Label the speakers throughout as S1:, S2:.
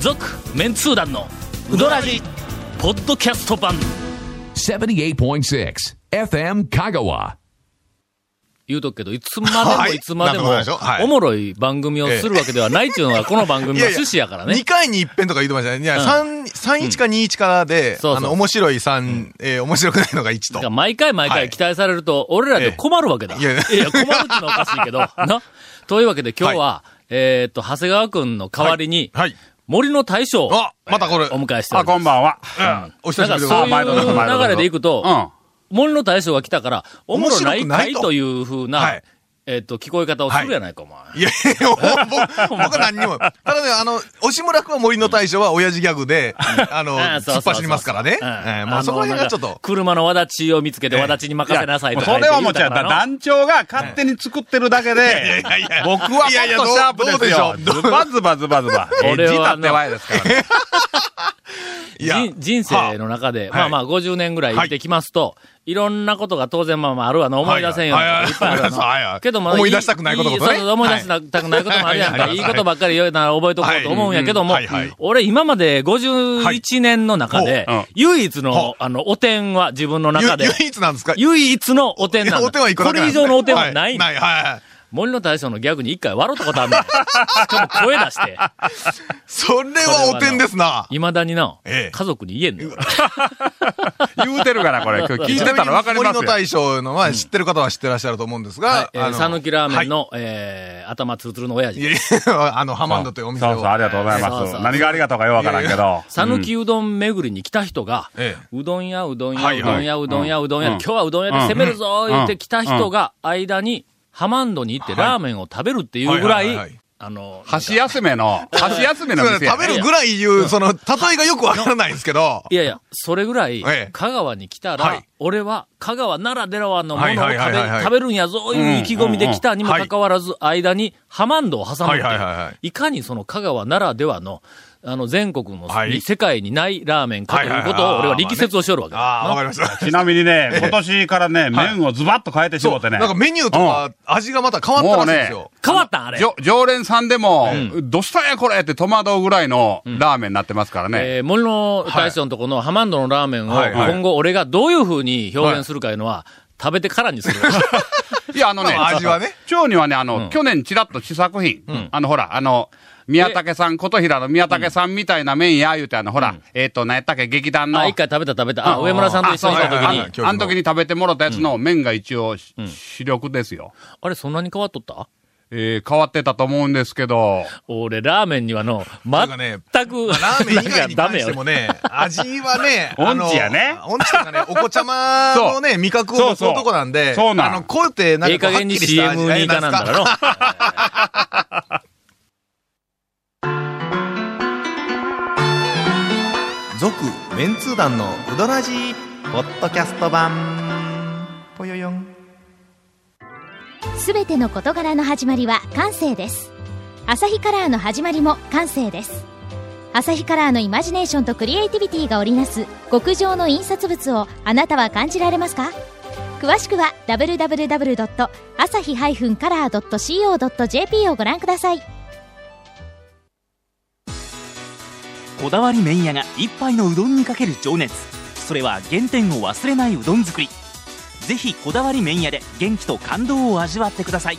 S1: 続メンツー団のウドラジポッドキャスト版
S2: 78.6 FM Kagawa.
S1: 言うとくけどいつまで
S3: は
S1: も
S3: い
S1: いつまでも
S3: なんでもないでしょはい
S1: おもろい番組をするわけではないっていうのがこの番組の趣旨やからね
S3: 2回に一遍とか言ってましたね。いや、
S1: ん
S3: 三三1か21からで、
S1: そうそう
S3: あの、面白い3、えー面白くないのが1
S1: だから
S3: と。
S1: 毎回毎
S3: は
S1: 回
S3: い
S1: 期待されると、俺らで困るわけだ。
S3: え
S1: い
S3: え
S1: や
S3: い
S1: い
S3: や
S1: や、困るっていうのはおかしいけ ど、な。というわけで今日は、えーっと、長谷川くんの代わりに、
S3: はい。
S1: 森の大将を
S3: あ、またこれ、
S1: お迎えしてお
S4: あ、
S1: りま
S4: こ
S1: す。
S4: んばんは。
S3: お久
S1: な
S3: し
S1: んか
S3: ぶりでご
S1: そ
S3: ざ
S1: うい
S3: います。
S4: 前のとこ前の
S1: う
S4: とこ
S1: 流れでいくと、
S4: うん。
S1: 森の大将が来たから、おもろないかい
S3: 面白くないと
S1: というふうな、
S3: はい
S1: えーっと、聞こえ方をするやないか、お前。
S3: いやいや、僕、僕僕何にも。ただね、あの、押村君は森の大将は親父ギャグで、あの、
S1: ああそうそうそう
S3: 突っ走りますからね。え
S1: うん
S3: ーまあ、そこら辺がちょっ
S1: なんか
S3: と。
S1: 車のわだちを見つけて、わだちに任せなさいとか
S4: そ
S1: 言って
S4: れ
S1: 言
S4: は
S1: う
S4: もう違
S1: た
S4: う。
S1: から
S4: だ
S1: の。
S4: 団長が勝手に作ってるだけで、僕はもっと
S3: い
S4: シ
S3: やいやどう
S4: ャープですよ。
S3: どうでしょう
S4: ズバズバズバズ バ。エ
S1: 俺
S4: ッジ
S1: は
S4: 立って前ですからね。
S3: いや
S1: 人人生の中で、まあまあ50年ぐらい生きてきますと、い、ろんなことが当然まあまああるわな、思い出せんようなことがいっぱいあ るわな。
S3: はいはいはいはい
S1: けども、
S3: 思い出したくないこととかね
S1: そうそう思い出したくないこともあるやんか。
S3: はい
S1: い、
S3: はいい
S1: ことばっかり言うなら覚えとこうと思うんやけども、
S3: はいうんはいはい
S1: 俺今まで51年の中で、
S4: はいうん
S1: 唯一の
S3: ほ、
S1: あの、お点は自分の
S3: ゆ
S1: 中で、
S3: 唯一なんですか
S1: 唯一のお点なんだ。
S3: お手は一個だ
S1: こ
S3: けな
S1: れ
S3: ん
S1: 以
S3: ですね
S1: 上のお点はないんだ
S3: はい、はいはい。
S1: 森の大将のギャグに一回笑ったことあんねん。しかも声出して、
S3: それはお点ですな。
S1: 未だにな、
S3: ええ
S1: 家族に言えんねん。俺
S4: 言うてるから、これ。 今日聞いてたらわかります
S3: 森の
S4: よ。
S3: 大将のは知ってる方は知ってらっしゃると思うんですが、
S1: えー、さぬきラーメンの、えー頭ツルツルの親
S3: い
S1: 父。
S3: やいや、あ の、ハマンドというお店
S4: そ
S3: を。
S4: うそう、ありがとうござい
S1: そう
S4: ま
S1: そう
S4: す。何がありがとうかよくわからんけ
S3: いや
S4: ど。
S1: さぬきうどん巡りに来た人が、
S3: ええ
S1: うどん屋、うどん屋、
S3: はいは
S1: ど
S3: いう
S1: ん屋、うどん屋、うどん屋、
S4: うん
S1: 今日はうどん屋で攻めるぞ
S4: う
S1: ー
S4: ん
S1: 言って来た人が、間に、ハマンドに行ってラーメンを食べるっていうぐら
S3: はいはいはいはいい、
S1: あの、
S4: 箸休 めの、箸休めの
S3: そう
S4: 店や
S3: 食べるぐらいいう、その、例えがよくわからないんですけど。
S1: いやいや、それぐらい
S3: ええ、
S1: 香川に来たら、
S3: はい
S1: 俺は香川ならではのものを食べ,、
S3: はいはいはいはい
S1: 食べるんやぞ、いう意気込みで来たにも
S3: うんうんうんは
S1: か
S3: い
S1: かわらず、間にハマンドを挟むっていう、
S3: はいいはいはいはい
S1: かにその香川ならではの、あの、全国の、
S3: はい
S1: 世界にないラーメンかということ
S3: はいはい
S1: を、
S3: はい
S1: 俺は力説をしよるわけだ。
S3: ああ、わか
S1: な
S3: りました。
S4: ちなみに ね、今年からね、麺をズバッと変えてし
S3: そ
S4: も
S3: う、
S4: てね。
S3: なんかメニューとか味がまた変わったらしいんです
S4: も
S3: よ。
S1: 変わったんあれ
S4: じ。ょ常連さんでも、どうしたんやこれって戸惑うぐらいのラーメンになってますからね。
S1: えー森の大将のとこのハマンドのラーメンを、
S3: はいはい
S1: 今後俺がどういう風に表現するかいうのは、食べてからにする。
S4: いや、あのね、
S3: まあ味はね
S4: 蝶にはね、あの、去年ちらっと試作品、あの、ほら、あの、宮武さん、琴平の宮武さんみたいな麺や、言うて、あの、ほら、えっと、何やったっけ、劇団の。
S1: あ、一回食べた食べた。あ、上村さんと一緒にいた時
S3: はい
S4: あ
S1: に
S3: はいは、い
S4: そうそうあの時に食べてもらったやつの麺が一応、し主力ですよ。
S1: あれそんなに変わっとった
S4: えー変わってたと思うんですけど、
S1: 俺、ラーメンにはの、全
S3: ん
S1: く、
S3: かねまあラーメン以外
S1: なん
S3: に関しても
S1: かダメよ
S3: ね、味はね、あの
S4: 音痴やね
S3: 音痴とかね、お子ちゃまのね、味覚を持つ男なんで、
S4: そうそうそうなん
S3: あの、こうやってなん
S1: え
S3: か
S1: え加
S3: こうはっ
S1: 減に
S3: きりした味
S1: CM に行かなんだ
S3: ええ
S1: ろ。
S3: 続メンツー団のうどらじポッドキャスト版ぽよよん
S5: すべての事柄の始まりは感性です。アサヒカラーの始まりも感性です。アサヒカラーのイマジネーションとクリエイティビティが織りなす極上の印刷物をあなたは感じられますか詳しくは www.asahi-color.co.jp をご覧ください。
S6: こだわり麺屋が一杯のうどんにかける情熱それは原点を忘れないうどん作りぜひこだわり麺屋で元気と感動を味わってください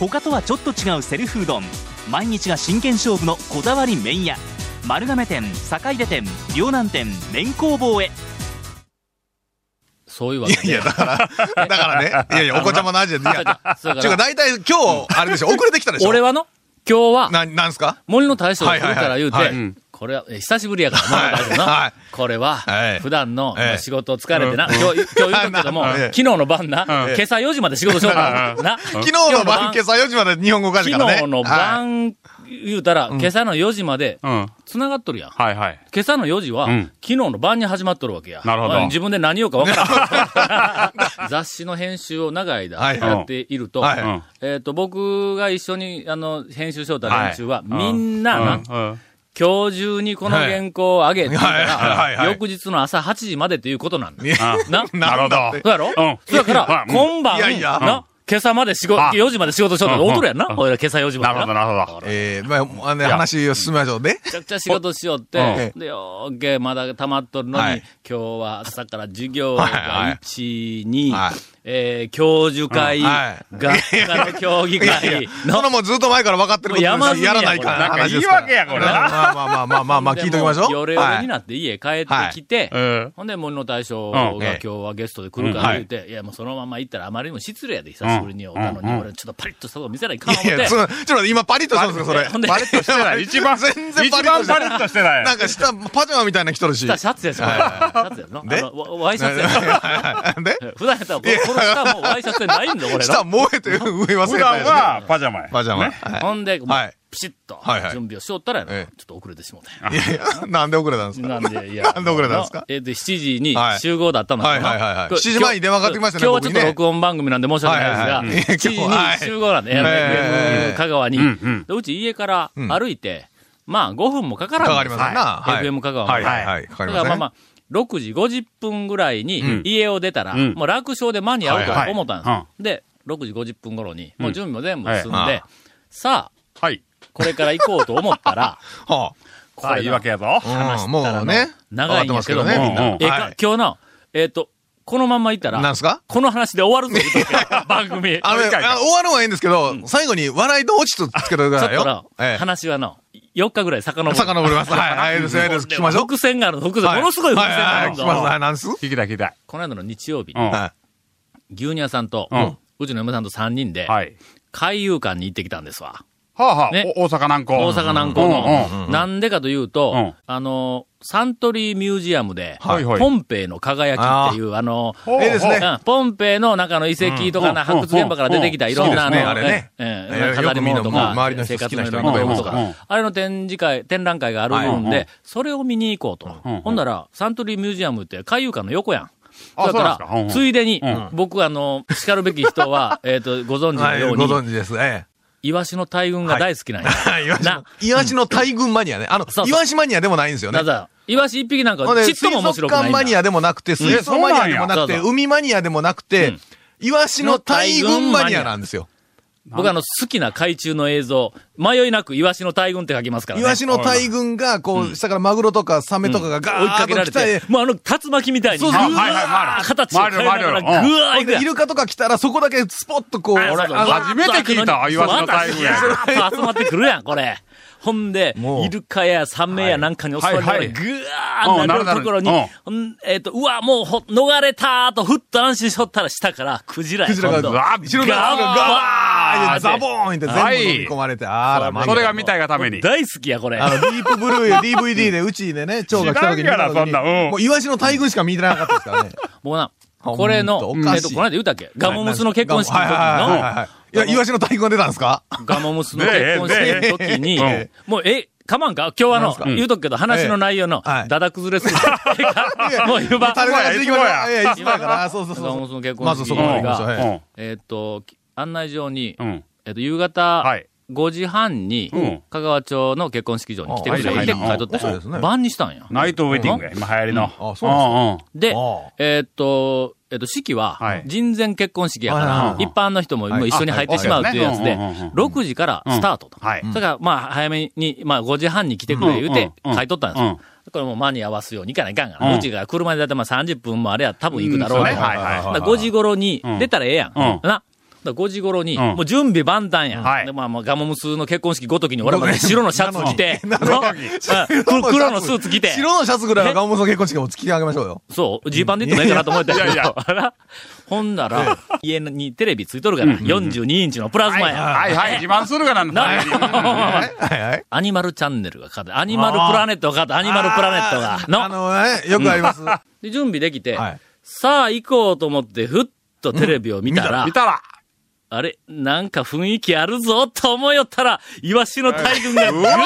S6: 他とはちょっと違うセルフうどん毎日が真剣勝負のこだわり麺屋丸亀店坂出店両南店麺工房へ
S1: そういうわけ
S3: い
S1: ね。
S3: や、だから、だからね、いやいや、お子ちゃまの味は、いや、
S1: そうや
S3: ちゅう
S1: か
S3: か、
S1: ら
S3: 大体今日、あれでしょ、遅れてきたでしょ
S1: 俺はの、今日は、
S3: な、なんすか
S1: 森の大将が来るから言うて、
S3: はいはい
S4: はいはい
S1: これは、え久しぶりやから、森の大将な。
S3: はいはい
S1: これは
S3: はい、
S1: 普段の
S3: ええ
S1: 仕事疲れてな、今日、今日言うたけども、
S3: なな
S1: 昨日の晩な、
S3: ええ
S1: 今朝4時まで仕事しようから、な。
S3: 昨日の晩、今朝4時まで日本語かしからね。
S1: 昨日の
S3: はい
S1: 晩、言うたら、今朝の4時まで
S4: う、ん。
S1: 繋がっとるやん。
S4: はいはい。
S1: 今朝の4時は、
S4: うん
S1: 昨日の晩に始まっとるわけや。
S4: なるほど
S1: まあ自分で何をかわからん。 雑誌の編集を長い間
S3: はい
S1: やっていると、
S3: はい
S4: うん
S1: えっ、と、僕が一緒に、あの、編集しようた
S4: はい
S1: 連中は、みんなな、
S4: うんうん
S1: 今日中にこの原稿を上げて、
S3: はいはいはいはい
S1: 翌日の朝8時までということなんだ。
S3: いや
S1: な、
S3: なるほど。
S1: そうやろ、
S4: うん
S1: そうやから、
S4: うん
S1: 今晩、
S3: いやいや
S1: な、今朝まで仕事、
S4: あ
S1: 4時まで仕事しようと
S4: うんうん
S1: 踊るやんな。俺ら今朝4時ま
S4: な
S1: で
S4: る
S1: な。
S4: ほ
S1: め
S4: ど、なるほど。
S3: えー、まあ、あのね
S4: いや
S3: 話を進めましょうね。
S1: ちゃくちゃ仕事しようっ
S4: う
S1: て、で、オッケー、まだ溜まっとるのに、
S3: はい
S1: 今日は朝から授業
S3: はいはいは
S1: が
S3: い
S1: 1、2、
S3: はい
S1: えー教授会、
S3: うんはい
S1: 学科の協議
S3: いやい
S1: 会、
S3: やそのもうずっと前から分かってることです
S1: もう山積みや
S3: やらないから
S4: なんか
S3: 話
S4: 言
S3: で
S4: い
S3: すから
S4: 訳や、これ
S3: ま
S4: な。
S3: あまあまあまあまあまあ、聞いておきましょ
S1: で
S3: う。
S1: も夜
S3: は
S1: 夜
S3: い
S1: になって家帰ってきて、
S4: うん。
S1: ほんで、森の大将
S4: う
S1: が
S4: ん
S1: 今
S3: ええ
S1: 日はゲストで来るから言うて、いや、もうそのまま行ったらあまりにも失礼やで、久しぶりに会うたのに、
S4: うんうん
S1: 俺ちょっとパリッとしたとこ見せないかん思っ
S3: い
S1: て。
S3: やいや、そのちょっと待って今パリッとしたんですか、それ。
S1: ほんで、
S4: パリッとしてない。一番、
S3: 全然
S4: 一
S3: パ
S4: 番
S3: リッとしてな
S4: パ
S3: い
S4: リッとしてない。
S3: なんか下、パジャマみたいなの着と るし。
S1: シャツやし、これシャツやろ
S3: で
S1: あのワワイシャツや
S3: はい
S1: ろ
S3: はい はいで
S1: 普段やったら、この下もワイシャツでないんだ、これ
S3: 下
S1: な。
S3: 燃えて上忘
S4: 普
S3: れた
S4: 段
S3: よね。
S4: はパジャマや。
S3: パジャマ。
S4: ね
S3: は
S1: ほんで、もう
S3: はい
S1: ピシッと
S3: はいはい
S1: 準備をしよったらやな、
S3: ええ
S1: ちょっと遅れてしもうたんや
S3: いいやい や、なんで遅れたんですか
S1: なんで、いや。
S3: なんで遅れたんですか
S1: えっと、7時に
S3: はい
S1: 集合だったのよ
S3: はいはいはいはい
S1: これ
S3: 7時前に電話かかってきましたね
S1: 今日は
S3: 僕
S1: ちょっ
S3: にね
S1: と録音番組なんで申し訳ない
S3: はいはいはい
S1: ですが、
S3: 今日は
S1: 7時に集合なんで、え
S3: はい
S1: ー
S3: ええ
S1: 香川に。
S4: うんうん
S1: でうち家から歩いて、まあ5分もかからん
S3: か
S1: ん
S3: か
S1: で
S3: り
S1: す
S3: ませんな。はい
S1: FM 香川ま
S3: は
S1: で
S3: いはいはい。かかり
S1: だから
S3: ません
S1: まあまあ、6時50分ぐらいに
S4: ん
S1: 家を出たら、
S4: うん
S1: もう楽勝で間に合う
S4: はいは
S1: と
S4: い
S1: 思ったんです、
S4: うん
S1: で、6時50分頃に、もう準備も全部済んで、
S3: はい
S1: さあ、
S4: はい。
S1: これから行こうと思った ら、
S3: は
S1: こ
S4: ああ、
S1: れ
S4: 言い
S1: な
S4: 訳やぞ。
S3: あうんもうね。
S1: 長いんですけども、
S3: わかってます
S4: も
S3: けどね、
S1: ええ
S3: みんな。
S1: か
S3: はい
S1: 今日の、えっ、と、このまんま行ったら、
S3: なんすか
S1: この話で終わるぞ、言うと って番組。
S3: あのね、
S4: 一回
S3: あ終わるのはいいんですけど、最後に笑いと落ちとつけといてくだ
S1: ちょっ
S3: さい
S1: と
S3: よ
S1: な。
S3: ええ。
S1: 話はの、4日ぐらい遡る。
S3: 遡ります。はい、はい、です、はい、です。聞きましょう。
S1: 伏線があるの、伏線。
S3: はい
S1: ものすごい伏線があ
S3: はい、はい、
S1: る
S3: 聞
S1: ん
S3: きます。は
S1: だ。
S3: い、なんす
S4: 聞きたい聞きたい。
S1: この間の日曜日
S4: う、ん。は
S3: は
S1: 牛乳屋さんと
S4: うん、
S1: うちの嫁さんと3人で
S4: い。、は
S1: 海遊館に行ってきたんですわ。
S4: あはあ
S1: ね、
S4: お大阪南港。
S1: 大阪南港
S4: うんうん
S1: の。なんでかという
S4: う
S1: と
S4: ん、
S1: あの、サントリーミュージアムで、
S4: はいはい
S1: ポンペイの輝きっていう、あの、
S4: ほう
S3: ええですね
S1: うんポンペイの中の遺跡とかな、
S4: うん
S1: 発掘現場から出てきた
S4: うん
S1: いろんな、
S3: そうですね
S1: の
S3: あれね
S1: え
S3: いや
S1: え飾り物と
S3: よくみんな
S1: か
S3: 周り、の
S1: 生
S3: 人好
S1: 活
S3: きな
S1: のい
S3: 人
S1: ろんなものと
S4: うんうんうん
S1: か、あれの展示会、展覧会があるん
S4: はいうんうん
S1: で、それを見に行こうと。
S4: うんうん
S1: ほんなら、サントリーミュージアムって海遊館の横やん。
S4: あ
S1: だか
S4: そうなんですかうんう
S1: ら、
S4: ん
S1: ついでに
S4: うん、
S1: 僕、あの、叱るべき人 は、えっと、ご存知
S3: い、
S1: の
S3: はい
S1: よう
S3: ご
S1: に、
S3: 存知です。ええ。
S1: イワシの大群が大好きなんや。
S3: はい、イワシ
S1: な
S3: の。イワシの大群マニアね。あの
S1: そう、そう
S3: イワシマニアでもないんですよね
S1: た。だ、イワシ一匹なん
S3: ほん
S1: か、
S3: で
S1: ちっとも面白くない
S3: 水族館マ
S1: ん
S3: ニ
S1: だ。
S3: アでもなくて、水槽マニアでもなく
S1: えそ
S3: て、
S1: うなんや
S3: 海マニアでもなくて、
S1: うん
S3: イワシの大群マニアなんですよ。
S1: 僕、あの、好きな海中の映像、迷いなくイワシの大群って書きますから
S3: イ
S1: ね。
S3: ワシの大群が、こう、下からマグロとかサメとかがガ
S1: 追い
S3: ー
S1: か
S3: ッ
S1: けられ
S3: と来た
S1: て
S3: り、、
S1: もうあの、竜巻みたいに、
S3: そうそう
S1: ぐわー
S4: はいはい回る
S1: 形を変えながら、
S4: 回る
S1: ぐ
S4: 回る
S1: わー
S3: ほ
S1: い
S3: ん
S1: く
S3: で
S1: やん
S3: イルカとか来たら、そこだけスポッとこう、
S1: あそうそう
S3: あ
S4: 初めて聞いたわイワシの大群や
S1: そうそうわーっと集まってくるやん、これ。ほんで、
S3: もう
S1: イルカやサメやなんかに襲われながら、
S4: は
S1: ぐ
S4: い
S1: わ
S4: はい
S1: ー
S4: うん
S1: なるところに
S4: なるなる、
S1: ほんえっと、うわ、もうほ、逃れたーと、ふっと安心しとったら、下から、クジラや。
S3: クジラが、
S1: 今度
S3: 後ろから
S1: ガ
S3: 後ろか
S1: ー
S3: らガーッ
S1: って
S3: てザボーンって全部飲み込まれて、あら、マニア
S4: それが見たいがために。
S1: 大好きや、これ。
S3: あの、ディープブルーや DVD で、うちでね、蝶が来た時に見た時に。
S4: 知らんからそんなうん
S3: もう、イワシの大群しか見てなかったですからね。
S1: もうな、
S3: ほんと
S1: これの、
S3: おかしい
S1: えっと、この間言うたっけガモムスの結婚式の時
S3: はいはいはい
S1: の、
S3: はいいや、イワシの大群が出たんですか
S1: ガモムスの結婚式の時に
S4: ねえねえ、
S1: もう、え、かまんか今日はあ
S3: なんす
S1: の
S3: か、
S1: 言うとくけど、話の内容の、
S3: ええはい
S1: だだ崩れする。え えかもう言うば、
S3: 誰が出てきましょう
S4: いつもや
S3: いやいや、いつもやから。あそうそう
S1: ガモム
S3: そ
S1: ス
S3: う。
S1: の結
S3: ま
S1: 婚
S3: ず
S1: 式
S3: そ
S1: の
S3: こまで
S1: 時
S3: 行きましょう
S1: が、
S3: はい。
S1: えっと、案内状に
S4: う、ん。
S1: えっと、夕
S4: は
S1: 方
S4: い、
S1: 5時半に
S4: うん、
S1: 香川町の結婚式場に来てくれって
S4: あ
S1: 書
S4: はいい
S1: とっ
S3: そうですね
S1: て、晩にしたんや。
S4: ナイトウェディングや、今流行りの。
S3: うんあそうなん
S1: で
S3: ああ、
S1: えーっと、えーっと、式
S4: は、
S1: はい人前結婚式やか
S3: はいはい
S1: ら
S3: は、い
S1: 一般の人ももう一緒に入ってしまうっていうやつ
S4: はい
S1: で
S4: はいはい、
S1: 6時からスタートと。
S4: はい
S1: それから、まあ、早めに、まあ、5時半に来てくれ言うて
S4: うんう、ん
S1: 書いとったんです
S4: うん
S1: よ。これもう間に合わすようにいかないかんから。
S4: うん
S1: うちが車でだいたいまあ30分もあれや多分行くだろう
S4: うん
S1: ね。
S4: そうねはいはいはい
S1: だから5時頃に
S4: うん
S1: 出たらええやん。
S4: うん
S1: な。だから5時頃に、
S4: うん
S1: もう準備万端やん。
S4: はい
S1: で、まあ、まあ、ガモムスの結婚式ごときに俺もね白のシャツ着 て、うん黒黒のスーツ着て。
S3: 白のシャツぐらいはガモムスの結婚式も突き上げましょうよ。
S1: そう、ジーパンでいってもいいかなと思ってたけど、
S4: いやい
S1: ほんなら、家にテレビついとるから、42インチのプラズマや。
S4: はいはい、自慢するがなんだ。
S3: はいはいはい。
S1: アニマルチャンネルがかかって、アニマルプラネットがかかって、アニマルプラネットが。
S3: あ
S1: の。
S3: のね、よくあ ります。は
S1: で、準備できて、
S3: い。
S1: さあ行こうと思って、ふっとテレビを見たら、
S4: 見たら。
S1: あれ、なんか雰囲気あるぞと思いよったら、イワシの大群が、うわーー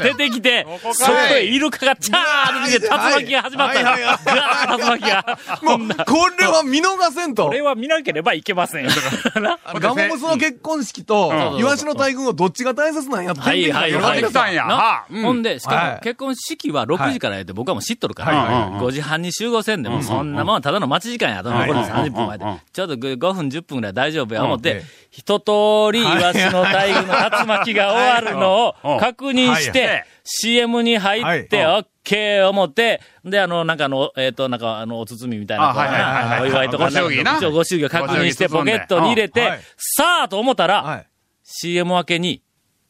S1: ッ出てきて、そこへイルカがチャーッと出て竜巻が始まった
S3: はいは
S1: ら、ガーッ竜巻が。
S3: もう、これは見逃せんと
S1: こ。れは見なければいけません。
S3: ガモムスの結婚式と
S1: う、ん
S3: イワシの大群をどっちが大切なんやって
S1: はいはい
S4: やっ
S1: は
S4: て
S1: い。
S4: きたんや
S1: な
S4: はあうん
S1: ほんで、しか
S3: は
S1: も
S3: い
S1: 結婚式は6時からやって、僕はもう知っとるか
S4: はいはいはい
S1: ら、5時半に集合せんでも、そんなもんはただの待ち時間や、あと残り
S4: はい
S1: 30分前で
S4: うんうんうん。
S1: ちょっと5分、10分ぐらい大丈夫や思っ
S3: うん
S1: て
S3: ええ、
S1: 一通りイワシの大群の竜巻が終わるの
S4: はい
S1: を
S4: はい
S1: 確認し
S4: はいは
S1: て
S4: い、
S1: CM に入って、
S3: は
S1: オッケー思って、で、あの、なんかあの、えっと、なんかあの、お包みみたいな、
S4: あ
S1: こう
S4: はいはいはいはい
S1: お祝いとか、
S4: ご祝儀な
S1: 一応ご祝儀を確認して、
S4: ご
S1: ポ
S4: 祝儀包んで
S1: ケットに入れ
S3: うん
S1: て
S3: はい、
S1: さあと思った
S3: は
S1: ら
S3: い、。
S1: CM 明けに、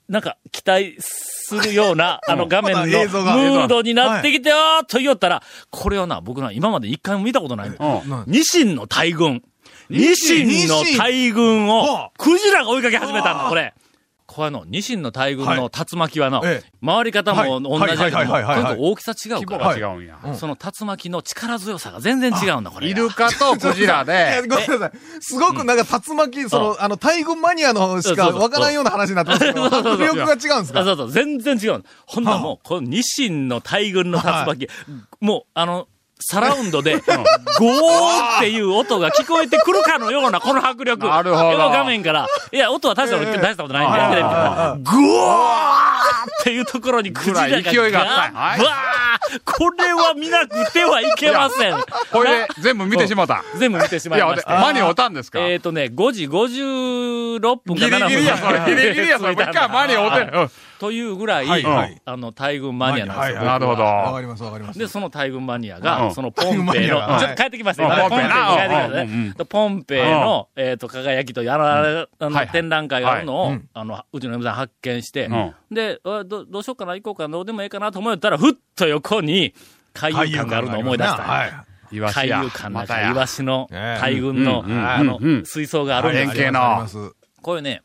S1: なんか期待するよう な、あの画面の
S3: ま
S1: ム
S3: だ映像が
S1: ードになってきて、あーっと言おったら、これはな、僕な、今まで一回も見たことないんだ
S4: うん
S3: なん
S1: ニシンの大群。ニシンの大群を
S3: はあ、
S1: クジラが追いかけ始めたんだ、これ。これの、ニシンの大群の竜巻はな、
S3: はいええ
S1: 回り方も同じやけど
S3: はい
S1: も、
S3: はいはいはいは
S1: とにか
S3: い
S1: く大きさ違う
S4: 規
S1: か
S4: 模
S1: ら、
S4: が違うんや。
S1: その竜巻の力強さが全然違うんだ、これ。
S4: イルカとクジラ
S3: いや
S4: で、
S3: ごめんなさい。すごくなんか竜巻、そ
S1: うん
S3: の、あの、大群マニアのし
S1: そ
S3: か
S1: うそう
S3: わからんような話になってますけど、
S1: そうそう
S3: 迫
S1: そう
S3: 力が違うんです
S1: あ
S3: か
S1: そうそう、全然違うの。ほんならもう、このニシンの大群の竜巻、もう、あの、サラウンドで、ゴ ーっていう音が聞こえてくるかのような、この迫力。
S4: なるほど
S1: この画面から。いや、音は大したこと、大したことないんで、
S4: ええ
S1: テレビからゴーっていうところにクジラが
S4: ぐらい勢いがあったんや
S1: ガ
S4: はい
S1: ーわーこれは見なくてはいけません。
S4: これで全部見てしまった。
S1: 全部見てしま
S4: い
S1: い
S4: や、
S1: ま
S4: 俺
S1: した。
S4: 間に合ったんですか
S1: えっ、ー、とね、5時56分か
S4: ギリ
S1: 7分
S4: ギリや、 それ。ギリギリや、それ。もう一回間に合うてる。
S1: というぐらい、
S3: はいはい
S1: あの、大群マニアなんですよ。
S3: はい
S4: なるほど。
S3: わかりますわかります。
S1: で、その大群マニアが、
S4: うん
S1: そのポンペイの、
S3: 大群マニアが
S1: ちょっと帰ってきました
S4: うん
S1: 今
S4: ポンペイな
S1: ポンペイに帰ってきましたね
S4: うんうん
S1: でポンペイの、えっ、と、輝きとやら、あ
S4: は
S1: の
S4: い、
S1: 展覧会があるのを、
S3: はいうん
S1: あの、うちの嫁さん発見して、
S4: うん
S1: で、あど、どうしようかな、行こうかな、どうでもいいかなと思ったら、ふっと横に、海遊館があるのを思い出した。
S3: はい。
S4: イワシ
S1: 海遊
S4: や。
S1: 館な
S4: ま
S1: ん
S4: た
S1: か、
S4: や
S1: イ。ワシの大群の、
S4: うんうんうん
S1: あの、
S4: うん
S1: 水槽があるん
S4: 円
S1: ですよ。
S4: 形
S3: ありま
S4: の。
S3: す。
S1: これね、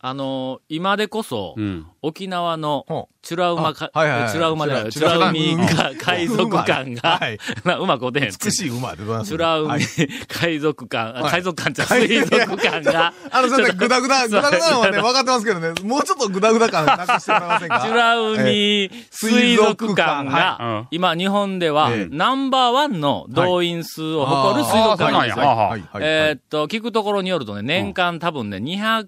S1: あのー今でこそ、
S4: うん。
S1: 沖縄の
S3: ほ
S1: チュラウマか、
S3: あはいはいはい
S1: チュラウマではない、チ
S3: チ
S1: ュラ
S3: ュラ
S1: ウミか海賊館が
S3: はい、
S1: なうまくおてへん。チ
S3: 美しい馬でございます。
S1: ュラウミ
S3: はい
S1: 海賊館、あ
S3: はい
S1: 海賊館じゃない水族館が、
S3: あの、すいません、ぐだぐだ、ぐだぐだのはね、
S1: そう
S3: 分かってますけどね、もうちょっとぐだぐだ感なくしてもらえませんか
S1: チュラウミ水族館
S4: ええ
S1: が、今日本では
S3: ええ
S1: ナンバーワンの動員数を誇る水族館なんです
S4: あーそうなん
S1: よ。
S4: や
S3: はいはいは
S1: えー
S3: い
S1: っと、聞くところによるとね、年間多分ね、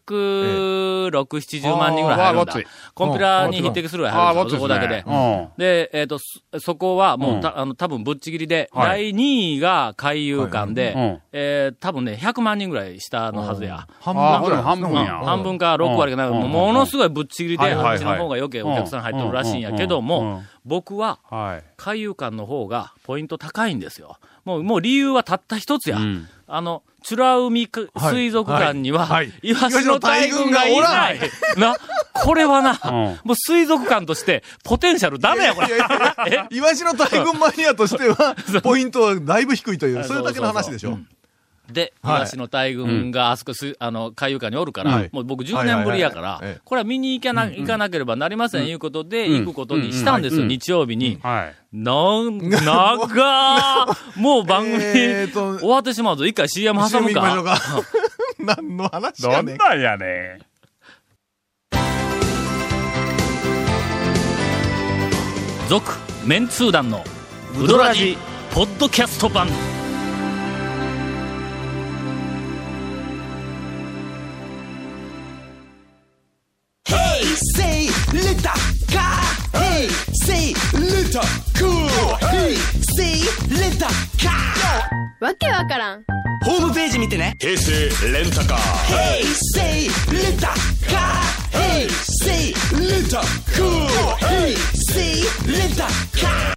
S1: 206、70万人ぐらい入るん
S4: あーわ
S1: だ
S4: ごつい。
S1: コンピュラに匹敵するぐらい入るんですよ、そこだけで。
S4: うん。
S1: で、えっ、と、そそこはもう、
S4: うん
S1: たあの、多分ぶっちぎりで、
S4: は
S1: 第2位が海遊館で、
S4: はいうん
S1: えー多分ね、100万人ぐらい下のはずや。
S3: 半分
S4: あー、ほ
S3: ぐら
S4: ら、
S3: い。
S4: 半分や。
S1: 半分か6割かなんか、
S4: うん
S1: もうものすごいぶっちぎりで、
S4: はいはいはい
S1: あっちの方が余計お客さん入ってるらしいんやけど
S4: うんうんうんう
S1: も
S4: ん、
S1: 僕は
S4: はい。
S1: 海遊館の方がポイント高いんですよ。もう、もう理由はたった一つや。
S4: うん
S1: あの、チュラウミか
S3: はい
S1: 水族館には、
S3: はいはい
S1: イワシの大群がいない。な、これはな、
S4: う
S1: もう水族館としてポテンシャルダ メや、これ。え
S3: イワシの大群マニアとしては、ポイントはだいぶ低いという、それだけの話でし
S1: そう
S3: ょ
S1: そう。で、
S3: はい
S1: 東の大群があそこす、あの、海遊館におるから、
S3: はい
S1: もう僕10年ぶりやか
S3: はいはいはいは
S1: ら
S3: いええ、
S1: これは見に行かな、行かなければなりません、いうことで、
S4: うん
S1: 行くことにしたんですよ、
S4: うん
S1: 日曜日に。
S4: はい。
S1: なん、 長ーもう番組、
S3: えーと
S1: 終わってしまうと一回 CM 挟
S3: CM
S1: む
S3: 行きましょう
S1: か。
S3: か。何の話
S4: ど
S3: や
S4: ん
S3: ねん。
S4: なんやねん。
S1: 続、メンツー団の、ウドラジ、ポッドキャスト版。
S7: say little car. Hey, say little cool. Hey, say little car.
S8: わけわからん
S7: ホームページ見てね。平成レンタカー。Hey, say little car. Hey, say little cool. Hey, say little car.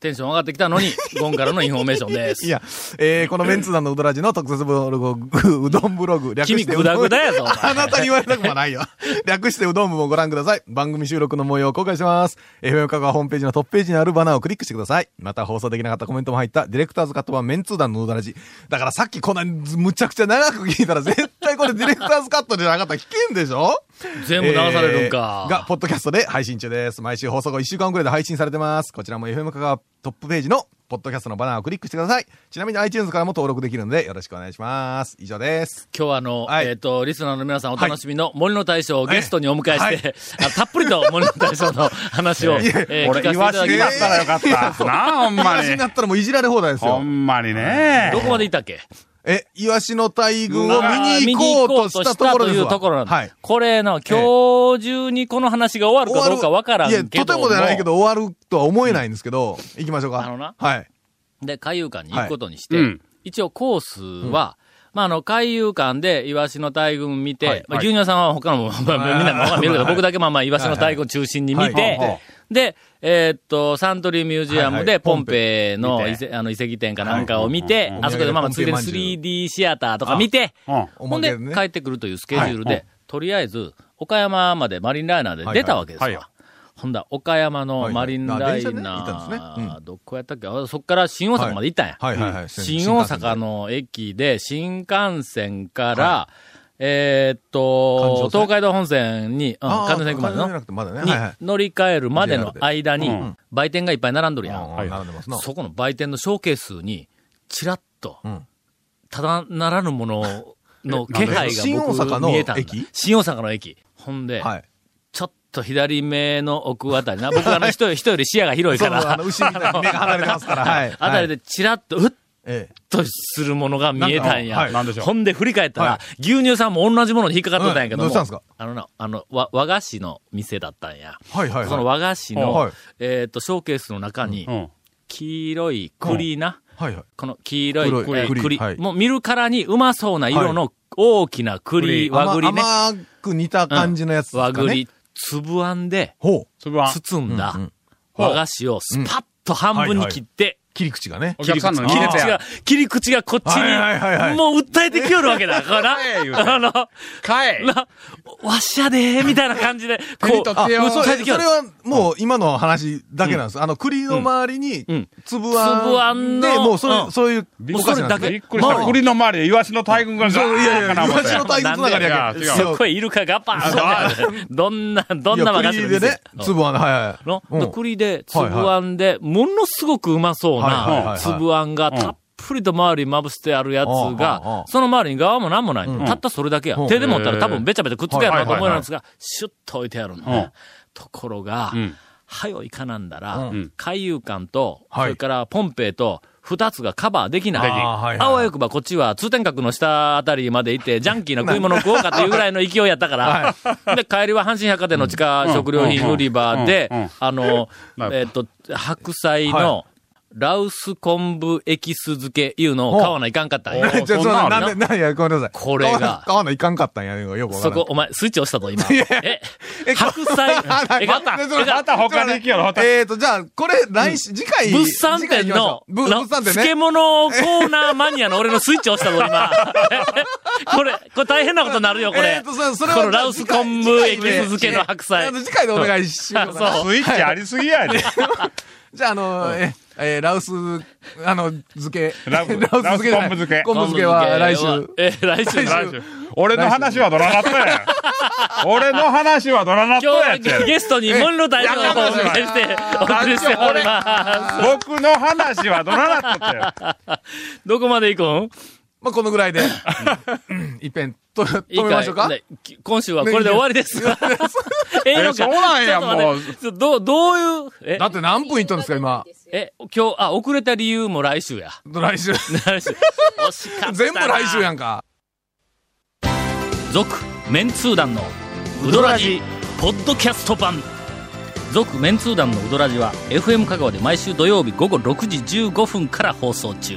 S1: テンション上がってきた のに、ゴンからのインフォメーションです。
S3: いや、えー、このメンツ団のうどらじの特設ブログ、う どんブログ、略
S1: 君、
S3: して
S1: グダグダやぞ、お前
S3: あなたに言われたくもないよ。 略してうどん部もご覧ください。番組収録の模様を公開してます。FM 香川ホームページのトップページにあるバナーをクリックしてください。また放送できなかったコメントも入った、ディレクターズカット版メンツー団のうだらじ。だからさっきこんなにむちゃくちゃ長く聞いたら絶対これディレクターズカットじゃなかったら聞けんでしょ
S1: 全部流されるんか
S3: えーが、ポッドキャストで配信中です。毎週放送後1週間くらいで配信されてます。こちらも FM 香川トップページのポッドキャストのバナーをクリックしてください。ちなみに iTunes からも登録できるので、よろしくお願いします。以上です。
S1: 今日はあの、
S3: はい
S1: えっ、と、リスナーの皆さんお楽しみの森の大将をゲストにお迎えして、あたっぷりと森の大将の話を、え
S3: いえ
S1: ー聞か
S4: 俺、
S1: せてい
S4: イ
S1: た
S4: ワシ
S1: だき
S4: に
S1: ま
S4: な
S1: し
S4: ったたらよかった。なあ、ほんま
S3: 話
S4: に
S3: に。なったらもういじられ放題です
S4: ほ
S3: よ。
S4: んまにね。
S1: どこまで行ったっけ
S3: え、イワシの大群を見に行こうとしたところです
S1: いう
S3: わ。
S1: ところなんだ
S3: はい。
S1: これの、今日中にこの話が終わるかどうかわからん
S3: い
S1: け
S3: や、
S1: ど。
S3: とてもじゃないけ。ど、終わるとは思えないんですけど、行きましょうか。
S1: あのな
S3: はい。
S1: で、海遊館に行くことにして、
S4: はいうん
S1: 一応コースは、まあ、あの、海遊館で、イワシの大群見て、
S3: はい
S1: まあ、牛乳屋さんは他のも、まあ、みんなまあ見るけど、僕だけまあまあ、イワシの大群中心に見て、
S3: はいはい
S1: で、えーっと、サントリーミュージアム
S3: はいは
S1: で、
S3: い
S1: ポンペイの遺
S4: 見て
S1: 跡あの遺跡店かなんかを見て、
S4: はい
S1: あそこでまあまあ、
S3: お
S1: つ
S3: 土
S1: いでに
S3: 産のポンペイ饅
S1: 3D シアターとか見て、
S4: うん
S3: お
S1: ほ
S3: ま
S1: ん
S3: け
S1: で
S3: でね
S1: 帰ってくるというスケジュールで、
S4: はい
S1: とりあえず、岡山までマリンライナーで出たわけですよ。
S4: はいはいは
S1: ほんだ、岡山の
S3: はいはい
S1: マリンライナー、
S3: あ電車ね行ったんですね
S1: どこやったっけあそっから新大阪まで行ったんや。
S3: はいはいはい。
S1: 新大阪の駅で新幹線から、えーっと、
S3: 環状線
S1: 東海道本線に、うん、
S3: あー
S1: 関東線行くまで
S3: 関東線じゃな
S1: の
S3: くてまだね。
S1: に
S3: はいはい。
S1: 乗り換えるまでの間に
S4: うん、
S1: 売店がいっぱい並んどるやん。
S3: はい、並んでますな。
S1: そこの売店のショーケースに、ちらっと
S3: うん、
S1: ただならぬものの
S4: えなん
S1: 気
S4: で
S1: 配が
S3: 新大阪
S1: 僕
S3: の
S1: 見えたんだ
S3: 駅。
S1: 新大阪の駅。ほんで、
S3: はい。
S1: ちょっと左目の奥あたりな。僕はあの人よ人より視野が広いから。
S3: そうあの後ろに目が離れてますからは い
S1: あたりでちらっと、うっ
S3: ええ。
S1: とするものが見えたんや。
S3: なんかはい
S4: なんでしょう
S1: ほんで振り返ったら、
S3: は
S1: 牛乳さんも同じものに引っかかっとったんやけども、
S3: うんどうしたんすか
S1: あのな、あの、わ和菓子の店だったんや。
S3: はいはいはい。
S1: その和菓子の、
S3: はい
S1: えーっ、と、ショーケースの中に、
S4: うん。
S1: 黄色い栗な、
S3: はいはい。
S1: この黄色い
S3: 黒い
S1: えー
S3: 栗
S1: 栗、
S3: はい
S1: もう見るからにうまそうな色の大きな栗、和栗ね。
S3: 甘甘く似た感じのやつですか
S1: 和
S3: ね。
S1: 栗、粒あんで
S3: ほう。
S4: それは、
S1: 包んだ
S3: うんうん
S1: 和菓子をスパッと半分に切って、
S3: 切り口がね。
S4: お客さんの
S1: 切
S4: 切
S1: り
S4: れ
S1: 口
S4: て
S1: が
S4: や。、
S1: 切り口がこっちに、
S3: はいはいはいはい
S1: もう訴えてきよるわけだから、
S4: 言うて
S1: あの、
S4: 帰
S1: な、わっしゃでー、みたいな感じ で、こ
S4: 手に取
S1: う、
S4: ってよ
S1: もう
S3: そ
S1: 訴え
S3: れ
S1: て
S3: そ
S1: きよる
S3: れ。はもう今の話だけなんです。あの、栗の周りに
S1: うん、
S3: 粒あん。
S1: 粒あんの
S3: で、もうそれ、
S1: うん
S3: そういう、
S1: もう
S3: お菓子
S1: それ
S3: なん
S1: だけ
S3: ですね
S4: びっくりした。栗の周りでイワシの大群がガ
S3: そういやいや
S4: ーッかな思って。
S3: イワシの大群つながりやけ
S4: い
S3: ど
S4: や違う
S1: すっごいイルカがパーンどんな、どんな和菓子の
S3: いや栗で
S1: 店
S3: ね、粒あん、はいはい。
S1: の、
S3: うん
S1: で栗で、粒あんで、ものすごくうまそう
S3: はいはいはいは
S1: ない粒あんがたっぷりと周りにまぶしてあるやつ
S3: うんうんう
S1: が
S3: ん、
S1: その周りに側もなんもない。たったそれだけや
S3: う。ん
S1: 手で持ったら多分べちゃべちゃくっつけやろうと思
S4: はいはいいは
S1: ないんですが、シュッと置いてあるの
S4: う
S1: ね
S4: ん。
S1: ところが
S4: うん、
S1: はよいかなんだら
S4: ん、
S1: 海遊館と、
S3: はい
S1: それからポンペイと、二つがカバーできない。
S4: できんあ
S3: はいはい
S1: あわよくばこっちは通天閣の下あたりまで行って、ジャンキーな食い物食おうかというぐらいの勢いやったから、で、帰りは阪神百貨店の地下食料品売り場で
S4: うんうんうんうん、
S1: あの、
S4: まあ
S1: えっと、白菜のラウス昆布エキス漬けいうのを買わないかんかったんや
S4: お。
S3: じゃあ、
S4: そ
S3: そ
S4: ん
S3: う
S4: な
S3: な
S4: の
S3: んで、なんや、ごめんなさい。
S1: これが
S3: 買わな買わないかんかったんや、よくわから
S1: そこ、
S3: ん
S1: お前、スイッチ押したぞ、今。え、白
S3: は
S1: 菜、
S3: い
S1: え、
S3: ま
S1: ま
S3: た
S1: た、
S4: また他に行きよろ他に
S3: えっと、じゃあ、これ、来週、次回、
S1: 物産
S3: 次回
S1: 展
S3: 行きましょ
S1: の、
S3: うぶ物産展
S1: 漬
S3: ね。
S1: 物コーナーマニアの俺のスイッチ押したぞ、今。これ、これ大変なことになるよ、これ。
S3: えーとそそれは
S1: このラウス昆布エキス漬けの白
S3: え
S1: 菜
S3: ー。と次回でお願い します。
S1: あそう
S4: スイッチありすぎやで。
S3: じゃあ、あの、え、えー、ラウス、あの、漬け。
S4: ラ ウス
S3: じゃ
S4: ラ
S3: ない
S4: ウス昆布漬け
S3: 昆布漬けは来週。
S1: えー、来週。
S3: 来
S1: 今
S3: 週
S4: 俺の話はドラなったや。俺の話はドラなった
S1: 日は
S4: やつや。
S1: ゲストに森の大将をお迎えして、お送りしております。
S4: 僕の話はどななったや。
S1: どこまで行くん
S3: まあ、このぐらい で、うんいっぺん、と、止めましょうか。
S1: ねき今週はこれで終わりです。ええのか。
S4: そうなん
S1: ち
S4: や
S1: ょっと待ってちょっとどう、どういう、え
S3: だ、って何分いったんですか、今。
S1: え、今日、あ、遅れた理由も来週や。
S3: 来週。
S1: 来週。惜しかったな。
S3: 全部来週やんか。
S1: 続メンツー団のウドラジポッドキャスト版続メンツー団のウドラジは FM 香川で毎週土曜日午後6時15分から放送中